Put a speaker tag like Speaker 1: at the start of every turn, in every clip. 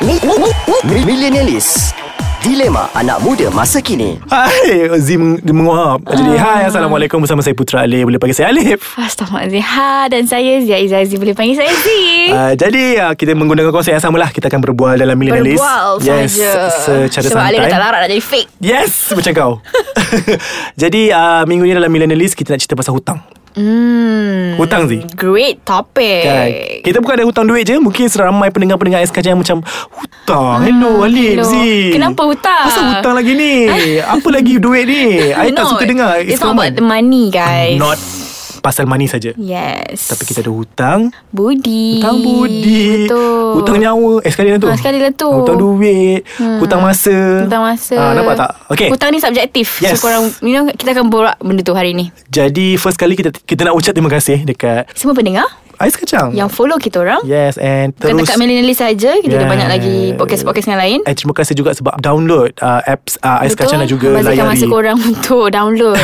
Speaker 1: Mi- mi- mi- mi- Millenialis Dilema anak muda masa kini
Speaker 2: Hai Zim menguap Jadi
Speaker 3: Ah.
Speaker 2: hai Assalamualaikum Bersama saya Putra Alif Boleh panggil saya Alif
Speaker 3: Astaghfirullahaladzim Ha dan saya Zia Izazi Boleh panggil saya Z
Speaker 2: Uh, jadi uh, kita menggunakan konsep yang samalah Kita akan berbual dalam Millenialis
Speaker 3: Berbual
Speaker 2: yes,
Speaker 3: saja
Speaker 2: Secara
Speaker 3: Sebab
Speaker 2: santai
Speaker 3: Alif dah tak larat nak jadi fake
Speaker 2: Yes Macam kau Jadi uh, minggu ni dalam Millenialis Kita nak cerita pasal hutang hmm. Hutang Zee
Speaker 3: Great topic
Speaker 2: Kan? Kita bukan ada hutang duit je Mungkin seramai pendengar-pendengar SKJ yang macam Hutang Hello Alif
Speaker 3: Hmm, hello.
Speaker 2: Zee
Speaker 3: Kenapa hutang?
Speaker 2: Pasal hutang lagi ni Apa lagi duit ni I tak
Speaker 3: No,
Speaker 2: suka dengar
Speaker 3: It's, not
Speaker 2: common.
Speaker 3: about the money guys
Speaker 2: Not pasal money saja
Speaker 3: Yes
Speaker 2: Tapi kita ada hutang
Speaker 3: Budi
Speaker 2: Hutang budi
Speaker 3: Betul
Speaker 2: Hutang nyawa Eh sekali lah tu
Speaker 3: Ah, sekali lah tu.
Speaker 2: Hutang duit hmm. Hutang masa
Speaker 3: Hutang masa
Speaker 2: ah, Nampak tak? Okay hutang.
Speaker 3: Hutang ni subjektif
Speaker 2: Yes.
Speaker 3: So korang You know kita akan borak benda tu hari ni
Speaker 2: Jadi first kali kita kita nak ucap terima kasih Dekat
Speaker 3: Semua pendengar
Speaker 2: Ais Kacang
Speaker 3: Yang follow kita orang
Speaker 2: Yes and
Speaker 3: Ya. Bukan
Speaker 2: Ya, terus
Speaker 3: dekat millennialis saja Kita ada
Speaker 2: Yeah.
Speaker 3: banyak lagi Podcast-podcast yang lain
Speaker 2: And terima kasih juga sebab download uh, apps uh, Ais Kacang dan juga
Speaker 3: Bazirkan
Speaker 2: layari
Speaker 3: masa korang untuk download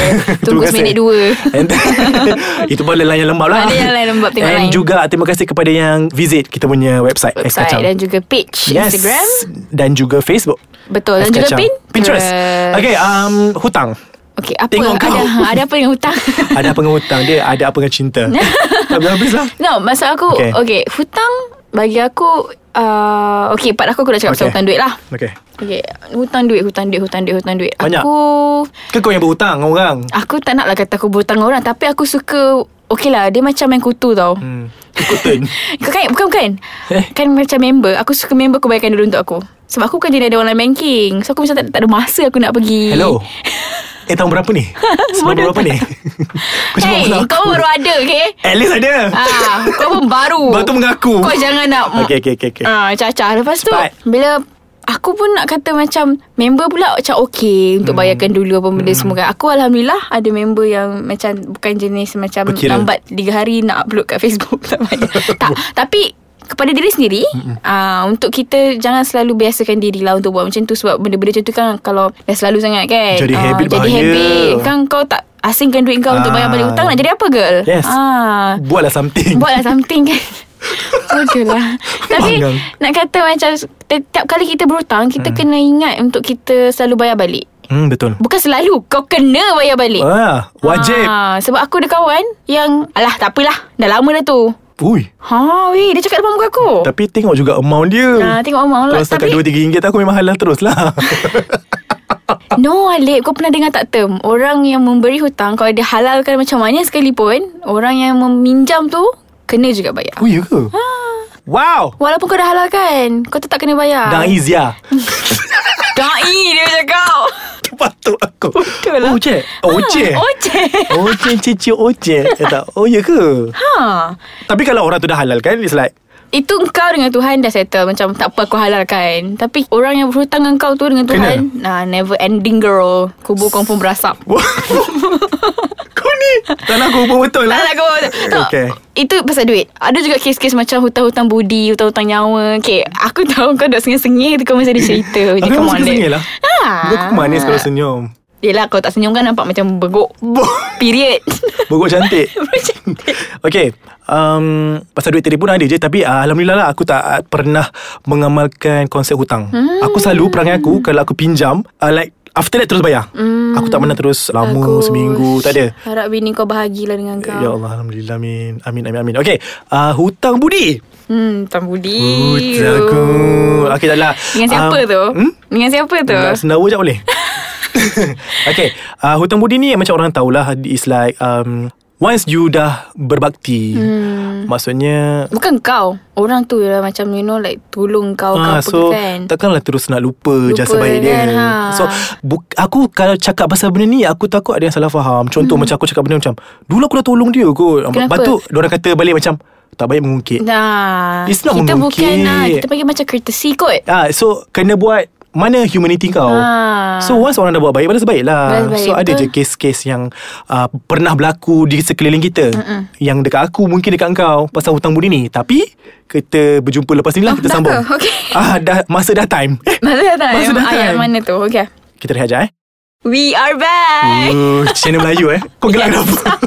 Speaker 3: Tunggu seminit dua
Speaker 2: And Itu boleh layan lembab lah
Speaker 3: Ada yang lain lembab, tengok
Speaker 2: And
Speaker 3: lain.
Speaker 2: juga terima kasih kepada yang Visit kita punya website Ais
Speaker 3: Website
Speaker 2: Kacang
Speaker 3: dan juga page
Speaker 2: Yes
Speaker 3: Instagram
Speaker 2: Dan juga Facebook
Speaker 3: Betul
Speaker 2: Ais
Speaker 3: Dan juga
Speaker 2: Kacang.
Speaker 3: pin
Speaker 2: Pinterest Okay um, Hutang
Speaker 3: Okay apa
Speaker 2: Tengok
Speaker 3: ada, ha,
Speaker 2: kau.
Speaker 3: ada apa dengan hutang
Speaker 2: Ada apa dengan hutang Dia ada apa dengan cinta Habis-habis lah
Speaker 3: No maksud aku
Speaker 2: Okay.
Speaker 3: okay. okay Hutang Bagi aku uh, Okay part aku aku dah cakap
Speaker 2: Okay.
Speaker 3: pasal hutang duit lah
Speaker 2: Okay
Speaker 3: Okay Hutang duit Hutang duit Hutang duit Hutang duit
Speaker 2: Banyak.
Speaker 3: Aku
Speaker 2: Ke kau yang berhutang dengan orang
Speaker 3: Aku tak nak lah kata aku berhutang dengan orang Tapi aku suka Okay lah Dia macam main kutu tau hmm.
Speaker 2: hmm. Ikutin
Speaker 3: Kan, bukan bukan
Speaker 2: Eh?
Speaker 3: Kan macam member Aku suka member aku bayarkan dulu untuk aku Sebab aku kan jenis ada online banking So aku macam tak, tak ada masa aku nak pergi
Speaker 2: Hello Eh tahun berapa ni? Sebab
Speaker 3: Bodoh
Speaker 2: berapa ni? Kau cuma
Speaker 3: Hey
Speaker 2: mengaku.
Speaker 3: kau baru ada okay
Speaker 2: At least ada
Speaker 3: ah, Kau pun baru
Speaker 2: Baru tu mengaku
Speaker 3: Kau jangan nak
Speaker 2: Okay okay okay, okay.
Speaker 3: Ah, cacah Lepas tu
Speaker 2: Cepat.
Speaker 3: Bila Aku pun nak kata macam Member pula macam
Speaker 2: Hmm.
Speaker 3: okay Untuk bayarkan dulu apa benda semua kan Aku Alhamdulillah ada member yang Macam bukan jenis macam
Speaker 2: Berkira.
Speaker 3: Lambat 3 hari nak upload kat Facebook Tak banyak Tak Tapi kepada diri sendiri
Speaker 2: Hmm.
Speaker 3: uh, Untuk kita Jangan selalu biasakan diri lah Untuk buat macam tu Sebab benda-benda macam tu kan Kalau dah selalu sangat kan
Speaker 2: Jadi
Speaker 3: Ah,
Speaker 2: habit
Speaker 3: Jadi
Speaker 2: bahaya.
Speaker 3: habit Kan kau tak Asingkan duit kau Untuk
Speaker 2: Ah.
Speaker 3: bayar balik hutang Nak jadi apa girl
Speaker 2: Yes.
Speaker 3: Ah.
Speaker 2: Buatlah something
Speaker 3: Buatlah something kan Bodoh lah Tapi
Speaker 2: Bangang.
Speaker 3: Nak kata macam Setiap kali kita berhutang Kita hmm. kena ingat Untuk kita selalu bayar balik
Speaker 2: hmm, Betul
Speaker 3: Bukan selalu Kau kena bayar balik
Speaker 2: ah, Wajib
Speaker 3: ha, Sebab aku ada kawan Yang Alah tak apalah Dah lama dah tu
Speaker 2: Ui
Speaker 3: Ha weh Dia cakap depan muka aku
Speaker 2: Tapi tengok juga amount dia
Speaker 3: Ha, tengok Omar
Speaker 2: Kalau
Speaker 3: lah
Speaker 2: setakat
Speaker 3: Tapi
Speaker 2: RM2-3 tu aku memang halal terus lah
Speaker 3: No Alip Kau pernah dengar tak term Orang yang memberi hutang Kalau dia halalkan macam mana sekalipun Orang yang meminjam tu Kena juga bayar
Speaker 2: Oh ya ke?
Speaker 3: Ah.
Speaker 2: Wow
Speaker 3: Walaupun kau dah halalkan Kau tetap kena bayar
Speaker 2: Dah lah. Izia
Speaker 3: Dai dia cakap
Speaker 2: Patut aku
Speaker 3: Betul lah.
Speaker 2: Oh Ojek Oh Ojek
Speaker 3: Ojek
Speaker 2: Ojek cici ojek Eh tak Oh ya ke
Speaker 3: Ha
Speaker 2: Tapi kalau orang tu dah halal kan It's like
Speaker 3: Itu kau dengan Tuhan dah settle Macam tak apa aku halalkan Tapi orang yang berhutang dengan kau tu Dengan Tuhan nah, Never ending girl Kubur confirm berasap
Speaker 2: Kau ni Tak nak aku hubung betul lah
Speaker 3: Tak nak kau tak,
Speaker 2: Okay.
Speaker 3: Itu pasal duit Ada juga kes-kes macam Hutang-hutang budi Hutang-hutang nyawa Okay Aku tahu kau dah sengih-sengih tu Kau mesti ada cerita
Speaker 2: Aku
Speaker 3: Come
Speaker 2: memang
Speaker 3: on,
Speaker 2: suka
Speaker 3: Dad.
Speaker 2: sengih lah Muka aku manis kalau senyum
Speaker 3: Yelah kalau tak senyum kan Nampak macam begok
Speaker 2: Bo-
Speaker 3: Period
Speaker 2: Bogor cantik
Speaker 3: Macam
Speaker 2: Okay um, Pasal duit tadi pun ada je Tapi uh, Alhamdulillah lah Aku tak uh, pernah Mengamalkan konsep hutang hmm. Aku selalu perangai aku Kalau aku pinjam uh, Like After that terus bayar hmm. Aku tak pernah terus Lama
Speaker 3: Bagus.
Speaker 2: seminggu Tak ada
Speaker 3: Harap bini kau bahagilah dengan kau
Speaker 2: Ya Allah Alhamdulillah Amin Amin amin amin Okay uh, Hutang budi
Speaker 3: Hmm, hutang budi.
Speaker 2: Hutang aku Okay tak lah
Speaker 3: Dengan siapa
Speaker 2: Um,
Speaker 3: tu?
Speaker 2: hmm?
Speaker 3: Dengan siapa tu?
Speaker 2: Nak senawa je boleh Okay uh, Hutang budi ni Macam orang tahulah It's like um, Once you dah Berbakti hmm. Maksudnya
Speaker 3: Bukan kau. Orang tu lah macam you know like tolong kau
Speaker 2: Ah,
Speaker 3: ah, kau
Speaker 2: so
Speaker 3: so, kan.
Speaker 2: takkanlah terus nak lupa, lupa jasa baik dia.
Speaker 3: kan, ha.
Speaker 2: So bu- aku kalau cakap pasal benda ni aku takut ada yang salah faham. Contoh hmm. macam aku cakap benda macam dulu aku dah tolong dia kot. Lepas
Speaker 3: Kenapa?
Speaker 2: tu orang kata balik macam tak baik mengungkit.
Speaker 3: Nah,
Speaker 2: It's not
Speaker 3: kita
Speaker 2: mengungkit.
Speaker 3: bukan ah, kita panggil macam courtesy kot.
Speaker 2: Ah so kena buat mana humanity kau.
Speaker 3: Ha.
Speaker 2: So once orang dah buat baik Balas baik lah
Speaker 3: Balas baik,
Speaker 2: So ada
Speaker 3: betul.
Speaker 2: je kes-kes yang uh, Pernah berlaku Di sekeliling kita Mm-mm. Yang dekat aku Mungkin dekat kau Pasal hutang budi ni Tapi Kita berjumpa lepas ni lah Kita
Speaker 3: dah
Speaker 2: sambung
Speaker 3: ke? Okay.
Speaker 2: ah, dah, Masa dah time
Speaker 3: Masa dah tak?
Speaker 2: Masa dah
Speaker 3: Ayat
Speaker 2: time.
Speaker 3: mana tu? Okay.
Speaker 2: Kita rehat je eh
Speaker 3: We are back
Speaker 2: Uh, channel Melayu eh Kau gelak kenapa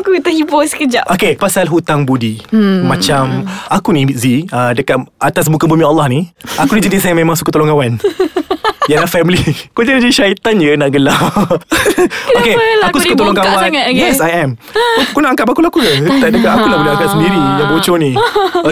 Speaker 3: Aku terhibur sekejap
Speaker 2: Okay Pasal hutang budi hmm. Macam Aku ni Z uh, Dekat atas muka bumi Allah ni Aku ni jenis yang memang Suka tolong kawan Ialah family Kau jadi syaitan je Nak gelak Okay
Speaker 3: lah
Speaker 2: Aku
Speaker 3: kau
Speaker 2: suka
Speaker 3: ni
Speaker 2: tolong
Speaker 3: bongkak
Speaker 2: kawan
Speaker 3: sangat, okay?
Speaker 2: Yes I am Kau, kau nak angkat bakul aku ke Tak dekat aku lah Boleh angkat sendiri Yang bocor ni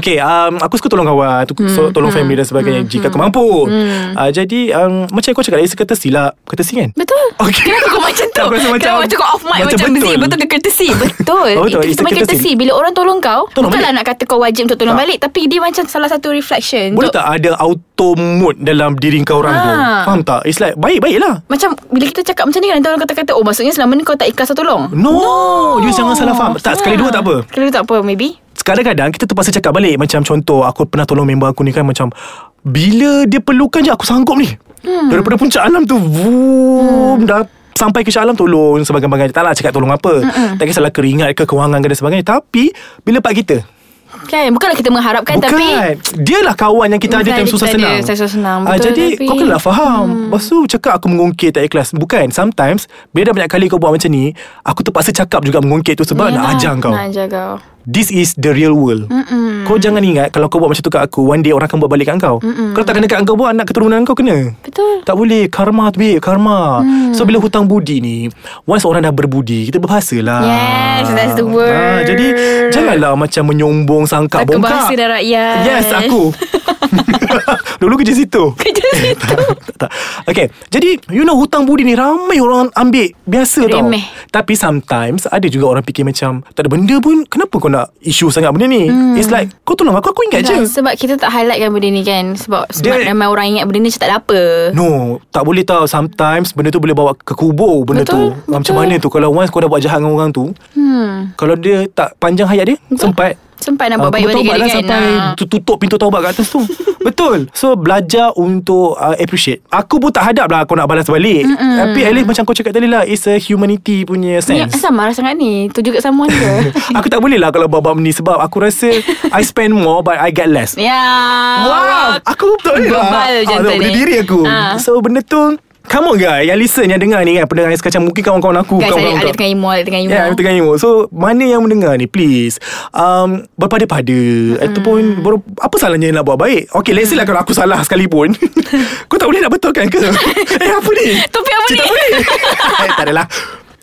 Speaker 2: Okay um, Aku suka tolong kawan tu- so, Tolong family dan sebagainya Jika aku mampu uh, Jadi um, Macam yang kau cakap Dia kata silap Kata si kan
Speaker 3: Betul
Speaker 2: Okay.
Speaker 3: Kenapa kau macam tu
Speaker 2: Aku rasa
Speaker 3: macam,
Speaker 2: macam-
Speaker 3: Kenapa macam kau off mic
Speaker 2: macam
Speaker 3: Macam, macam
Speaker 2: betul.
Speaker 3: betul Betul ke courtesy Betul
Speaker 2: Oh,
Speaker 3: Itu
Speaker 2: betul.
Speaker 3: kita
Speaker 2: It's a
Speaker 3: panggil
Speaker 2: courtesy.
Speaker 3: courtesy Bila orang tolong kau
Speaker 2: Tolong
Speaker 3: Bukanlah nak kata kau wajib Untuk tolong
Speaker 2: Tak.
Speaker 3: balik Tapi dia macam salah satu reflection
Speaker 2: Boleh
Speaker 3: Untuk-
Speaker 2: tak ada auto mode dalam diri kau orang tu?
Speaker 3: Ha.
Speaker 2: Faham tak? It's like baik-baik lah.
Speaker 3: Macam bila kita cakap macam ni kan Nanti orang kata-kata Oh maksudnya selama ni kau tak ikhlas tolong
Speaker 2: No, no. you jangan salah faham. Tak, sekali dua tak apa.
Speaker 3: Sekali dua tak apa maybe
Speaker 2: Kadang-kadang kita terpaksa cakap balik Macam contoh Aku pernah tolong member aku ni kan Macam Bila dia perlukan je Aku sanggup ni hmm. Daripada puncak alam tu Vroom hmm. Dah Sampai ke Shah Alam tolong Sebagainya Tak lah cakap tolong apa Mm-mm. Tak kisahlah keringat ke Kewangan ke dan sebagainya Tapi Bila part kita
Speaker 3: Kan Bukanlah kita mengharapkan
Speaker 2: Bukan
Speaker 3: Tapi
Speaker 2: Dia lah kawan yang kita ada
Speaker 3: Bukan,
Speaker 2: Time susah
Speaker 3: kita ada
Speaker 2: senang
Speaker 3: time susah senang,
Speaker 2: Ah,
Speaker 3: betul,
Speaker 2: Jadi
Speaker 3: tapi-
Speaker 2: kau kena faham hmm. Lepas tu cakap aku mengungkit tak ikhlas Bukan Sometimes Bila dah banyak kali kau buat macam ni Aku terpaksa cakap juga mengungkit tu Sebab nak
Speaker 3: Yelah,
Speaker 2: ajar kau
Speaker 3: Nak ajar kau
Speaker 2: This is the real world Mm-mm. Kau jangan ingat Kalau kau buat macam tu kat aku One day orang akan buat balik kat kau Mm-mm. Kalau tak kena kat kau buat Anak keturunan kau kena
Speaker 3: Betul
Speaker 2: tak boleh Karma tu babe Karma
Speaker 3: Hmm.
Speaker 2: mm. So bila hutang budi ni Once orang dah berbudi Kita berbahasa lah
Speaker 3: Yes, that's the word.
Speaker 2: Ah, Jadi Janganlah macam menyombong Sangka
Speaker 3: Tak
Speaker 2: bongkak
Speaker 3: kebahasa dan rakyat
Speaker 2: Yes aku Dulu kerja situ
Speaker 3: Kerja situ
Speaker 2: tak, tak. Okay Jadi You know hutang budi ni Ramai orang ambil Biasa
Speaker 3: Remeh.
Speaker 2: tau Tapi sometimes Ada juga orang fikir macam Tak ada benda pun Kenapa kau nak Isu sangat benda ni hmm. It's like Kau tolong aku Aku ingat
Speaker 3: Kan,
Speaker 2: je
Speaker 3: Sebab kita tak highlight kan benda ni kan Sebab, sebab
Speaker 2: Dia-
Speaker 3: ramai orang ingat benda ni macam tak ada apa
Speaker 2: No Tak boleh tau Sometimes benda tu boleh bawa ke kubur Benda
Speaker 3: Betul,
Speaker 2: tu Macam
Speaker 3: betul.
Speaker 2: mana tu Kalau once kau dah buat jahat dengan orang tu hmm. Kalau dia tak Panjang hayat dia Sempat
Speaker 3: Sempat nak
Speaker 2: Ah,
Speaker 3: buat baik balik
Speaker 2: bertaubat
Speaker 3: kali
Speaker 2: lah
Speaker 3: kan
Speaker 2: sampai
Speaker 3: Ah.
Speaker 2: tu- tutup pintu taubat kat atas tu Betul So belajar untuk uh, appreciate Aku pun tak hadap lah Kau nak balas balik Mm-mm. Tapi at least macam kau cakap tadi lah It's a humanity punya
Speaker 3: Ni
Speaker 2: sense
Speaker 3: sama lah sangat ni Tu juga sama je
Speaker 2: Aku tak boleh lah kalau bab-bab ni Sebab aku rasa I spend more but I get less
Speaker 3: Ya
Speaker 2: Wow Aku tak boleh lah
Speaker 3: Bebal
Speaker 2: Ah,
Speaker 3: jantan
Speaker 2: tak, Benda
Speaker 3: ni.
Speaker 2: diri aku
Speaker 3: Ah.
Speaker 2: So benda tu Come on guys Yang listen yang dengar ni kan Pendengar yang sekarang Mungkin kawan-kawan aku
Speaker 3: Guys
Speaker 2: kawan-kawan
Speaker 3: ada, ada
Speaker 2: kau.
Speaker 3: tengah emo Ada tengah emo
Speaker 2: Ya, yeah, tengah emo. So, mana yang mendengar ni, please. Um, berpada-pada. Hmm. Ataupun, ber, apa salahnya nak buat baik? Okay, let's say lah
Speaker 3: Hmm.
Speaker 2: kalau aku salah sekalipun. Kau tak boleh nak betulkan ke? eh, apa ni?
Speaker 3: Topik apa
Speaker 2: Cik,
Speaker 3: ni?
Speaker 2: Tak boleh. eh, tak adalah.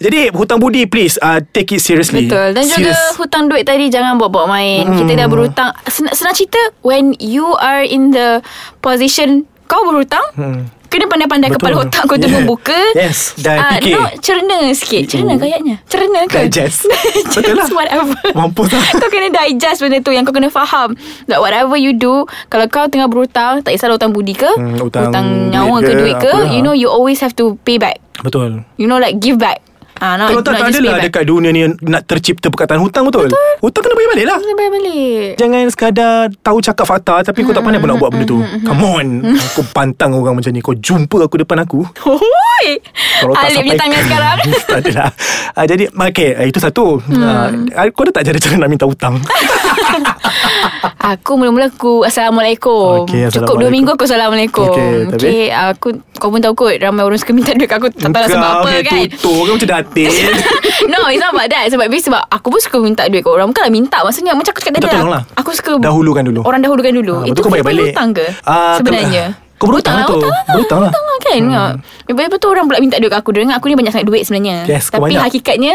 Speaker 2: Jadi, hutang budi, please. Uh, take it seriously.
Speaker 3: Betul Dan juga
Speaker 2: Serious.
Speaker 3: hutang duit tadi Jangan buat-buat main hmm. Kita dah berhutang senang, senang cerita When you are in the Position Kau berhutang hmm. Kena pandai-pandai
Speaker 2: Betul.
Speaker 3: kepala otak kau tu
Speaker 2: Yeah.
Speaker 3: membuka
Speaker 2: Yes, dan
Speaker 3: Ah,
Speaker 2: fikir.
Speaker 3: No cerna sikit Cerna
Speaker 2: Mm-mm.
Speaker 3: kayaknya Cerna ke
Speaker 2: Digest. Betul lah.
Speaker 3: whatever
Speaker 2: Mampus lah.
Speaker 3: Kau kena digest benda tu Yang kau kena faham That whatever you do Kalau kau tengah berhutang Tak kisahlah hutang budi ke
Speaker 2: Hmm, hutang duit
Speaker 3: nyawa
Speaker 2: ke,
Speaker 3: ke duit ke
Speaker 2: apalah.
Speaker 3: You know you always have to pay back
Speaker 2: Betul.
Speaker 3: You know like give back Ah, not,
Speaker 2: Kalau tak,
Speaker 3: not
Speaker 2: tak
Speaker 3: just pay
Speaker 2: adalah
Speaker 3: back.
Speaker 2: dekat dunia ni nak tercipta perkataan hutang, betul? betul. Hutang kena bayar balik lah.
Speaker 3: Kena bayar balik
Speaker 2: Jangan sekadar tahu cakap fakta Tapi kau tak pandai pun nak buat benda tu Come on Kau pantang orang macam ni Kau jumpa aku depan aku
Speaker 3: Hoi
Speaker 2: Kalau tak
Speaker 3: Alif
Speaker 2: sampai
Speaker 3: di tangan sekarang Mm.
Speaker 2: Tak adalah uh, Jadi Okay uh, Itu satu hmm. uh, Kau ada tak cara-cara nak minta hutang
Speaker 3: Aku mula-mula aku Assalamualaikum
Speaker 2: Okey,
Speaker 3: Cukup
Speaker 2: Assalamualaikum.
Speaker 3: 2 minggu aku Assalamualaikum
Speaker 2: Okey, tapi?
Speaker 3: Okey, Aku Kau pun tahu kot Ramai orang suka minta duit kat aku Tak tahu lah sebab apa
Speaker 2: ni
Speaker 3: kan
Speaker 2: tutur Kau macam datin
Speaker 3: No it's not about that Sebab Maybe sebab Aku pun suka minta duit kat orang Bukanlah minta Maksudnya macam aku cakap
Speaker 2: Minta
Speaker 3: tadi
Speaker 2: tolong lah.
Speaker 3: Aku suka
Speaker 2: Dahulukan dulu.
Speaker 3: Orang dahulukan dulu
Speaker 2: Ah,
Speaker 3: Itu
Speaker 2: betul kau bayar
Speaker 3: kita
Speaker 2: balik.
Speaker 3: Berhutang ke
Speaker 2: Ah,
Speaker 3: Sebenarnya
Speaker 2: kau- kau berhutang lah tu. Berhutang
Speaker 3: Berhutang
Speaker 2: lah.
Speaker 3: lah Berhutang lah kan hmm. Lepas tu orang pula minta duit kat aku Dia dengar aku ni banyak sangat duit sebenarnya
Speaker 2: Yes, kau
Speaker 3: Tapi
Speaker 2: banyak.
Speaker 3: hakikatnya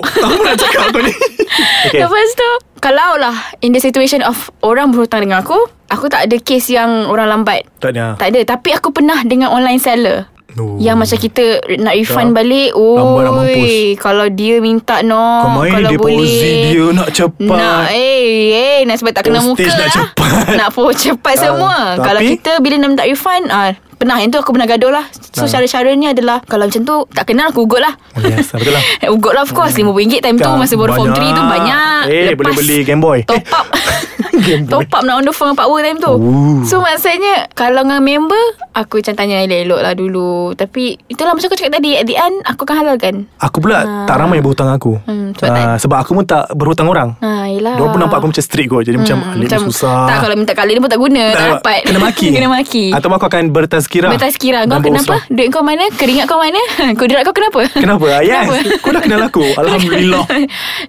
Speaker 2: Tahu Tahu nak cakap kau ni
Speaker 3: Okay. Lepas tu Kalau lah In the situation of Orang berhutang dengan aku Aku tak ada kes yang Orang lambat
Speaker 2: Tak ada
Speaker 3: Tak ada Tapi aku pernah dengan online seller
Speaker 2: Ah. Oh.
Speaker 3: Yang macam kita Nak refund
Speaker 2: Tak.
Speaker 3: balik
Speaker 2: Lambat nak
Speaker 3: Oi Kalau dia minta no
Speaker 2: Kau main
Speaker 3: Kalau
Speaker 2: deposit
Speaker 3: boleh
Speaker 2: dia Nak cepat
Speaker 3: nak eh eh nak sebab tak kena muka
Speaker 2: Postage nak
Speaker 3: lah.
Speaker 2: cepat.
Speaker 3: Nak post cepat
Speaker 2: Ah,
Speaker 3: semua.
Speaker 2: tapi-
Speaker 3: Kalau kita bila nak minta refund ah pernah yang tu aku pernah gaduh lah. So
Speaker 2: Ah.
Speaker 3: cara-cara ni adalah kalau macam tu tak kenal aku ugut lah.
Speaker 2: Oh, yes, betul lah.
Speaker 3: ugut lah of course RM50 time tu
Speaker 2: Tak,
Speaker 3: masa baru form 3 tu
Speaker 2: Kan, banyak.
Speaker 3: banyak.
Speaker 2: Eh,
Speaker 3: Lepas
Speaker 2: boleh beli Game Boy.
Speaker 3: Top up.
Speaker 2: Game Boy.
Speaker 3: top up nak on the phone dengan Pak Wu time tu.
Speaker 2: Ooh.
Speaker 3: So maksudnya kalau dengan member aku macam tanya elok-elok lah dulu. Tapi itulah macam aku cakap tadi at the end aku akan halalkan.
Speaker 2: Aku pula tak ramai yang berhutang aku
Speaker 3: Ah. Hmm, sebab
Speaker 2: Ah, Sebab aku pun tak berhutang orang
Speaker 3: Ha, yelah.
Speaker 2: Diorang pun nampak aku macam straight kot Jadi hmm, macam Alik ni susah
Speaker 3: Tak kalau minta kat Lin pun tak guna Tak, dapat
Speaker 2: Kena maki
Speaker 3: Kena maki
Speaker 2: Atau aku akan bertas tazkirah
Speaker 3: Betul sekira
Speaker 2: Dan
Speaker 3: Kau kenapa?
Speaker 2: berusrah.
Speaker 3: Duit kau mana? Keringat kau mana? Kudrat kau kenapa?
Speaker 2: Kenapa? Ah, Yes Kau dah kenal aku Alhamdulillah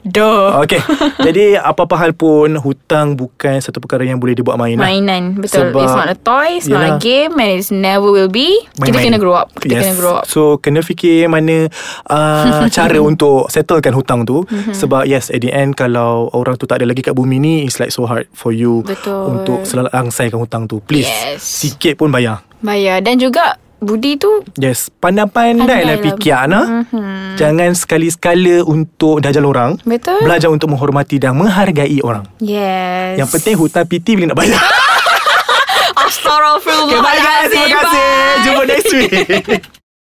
Speaker 3: Duh
Speaker 2: Okay Jadi apa-apa hal pun Hutang bukan satu perkara yang boleh dibuat mainan
Speaker 3: Mainan Betul
Speaker 2: Sebab-
Speaker 3: It's not a toy It's not a
Speaker 2: Yelah.
Speaker 3: game And it's never will be Kita
Speaker 2: Main-main.
Speaker 3: kena grow up Kita kena grow up
Speaker 2: So kena fikir mana uh, Cara untuk Settlekan hutang tu mm-hmm. Sebab yes At the end Kalau orang tu tak ada lagi kat bumi ni It's like so hard For you
Speaker 3: Betul.
Speaker 2: Untuk selalu angsaikan hutang tu Please
Speaker 3: Yes.
Speaker 2: Sikit pun bayar
Speaker 3: Bayar Dan juga Budi tu
Speaker 2: Yes Pandai-pandai lah
Speaker 3: Pandai lah. Mhm.
Speaker 2: fikir Ana mm-hmm. Jangan sekali-sekala Untuk dajal orang
Speaker 3: Betul.
Speaker 2: Belajar untuk menghormati Dan menghargai orang
Speaker 3: Yes
Speaker 2: Yang penting hutang PT Bila nak bayar Okay bye guys Terima
Speaker 3: Astaghfirullahalazim
Speaker 2: kasih Jumpa next week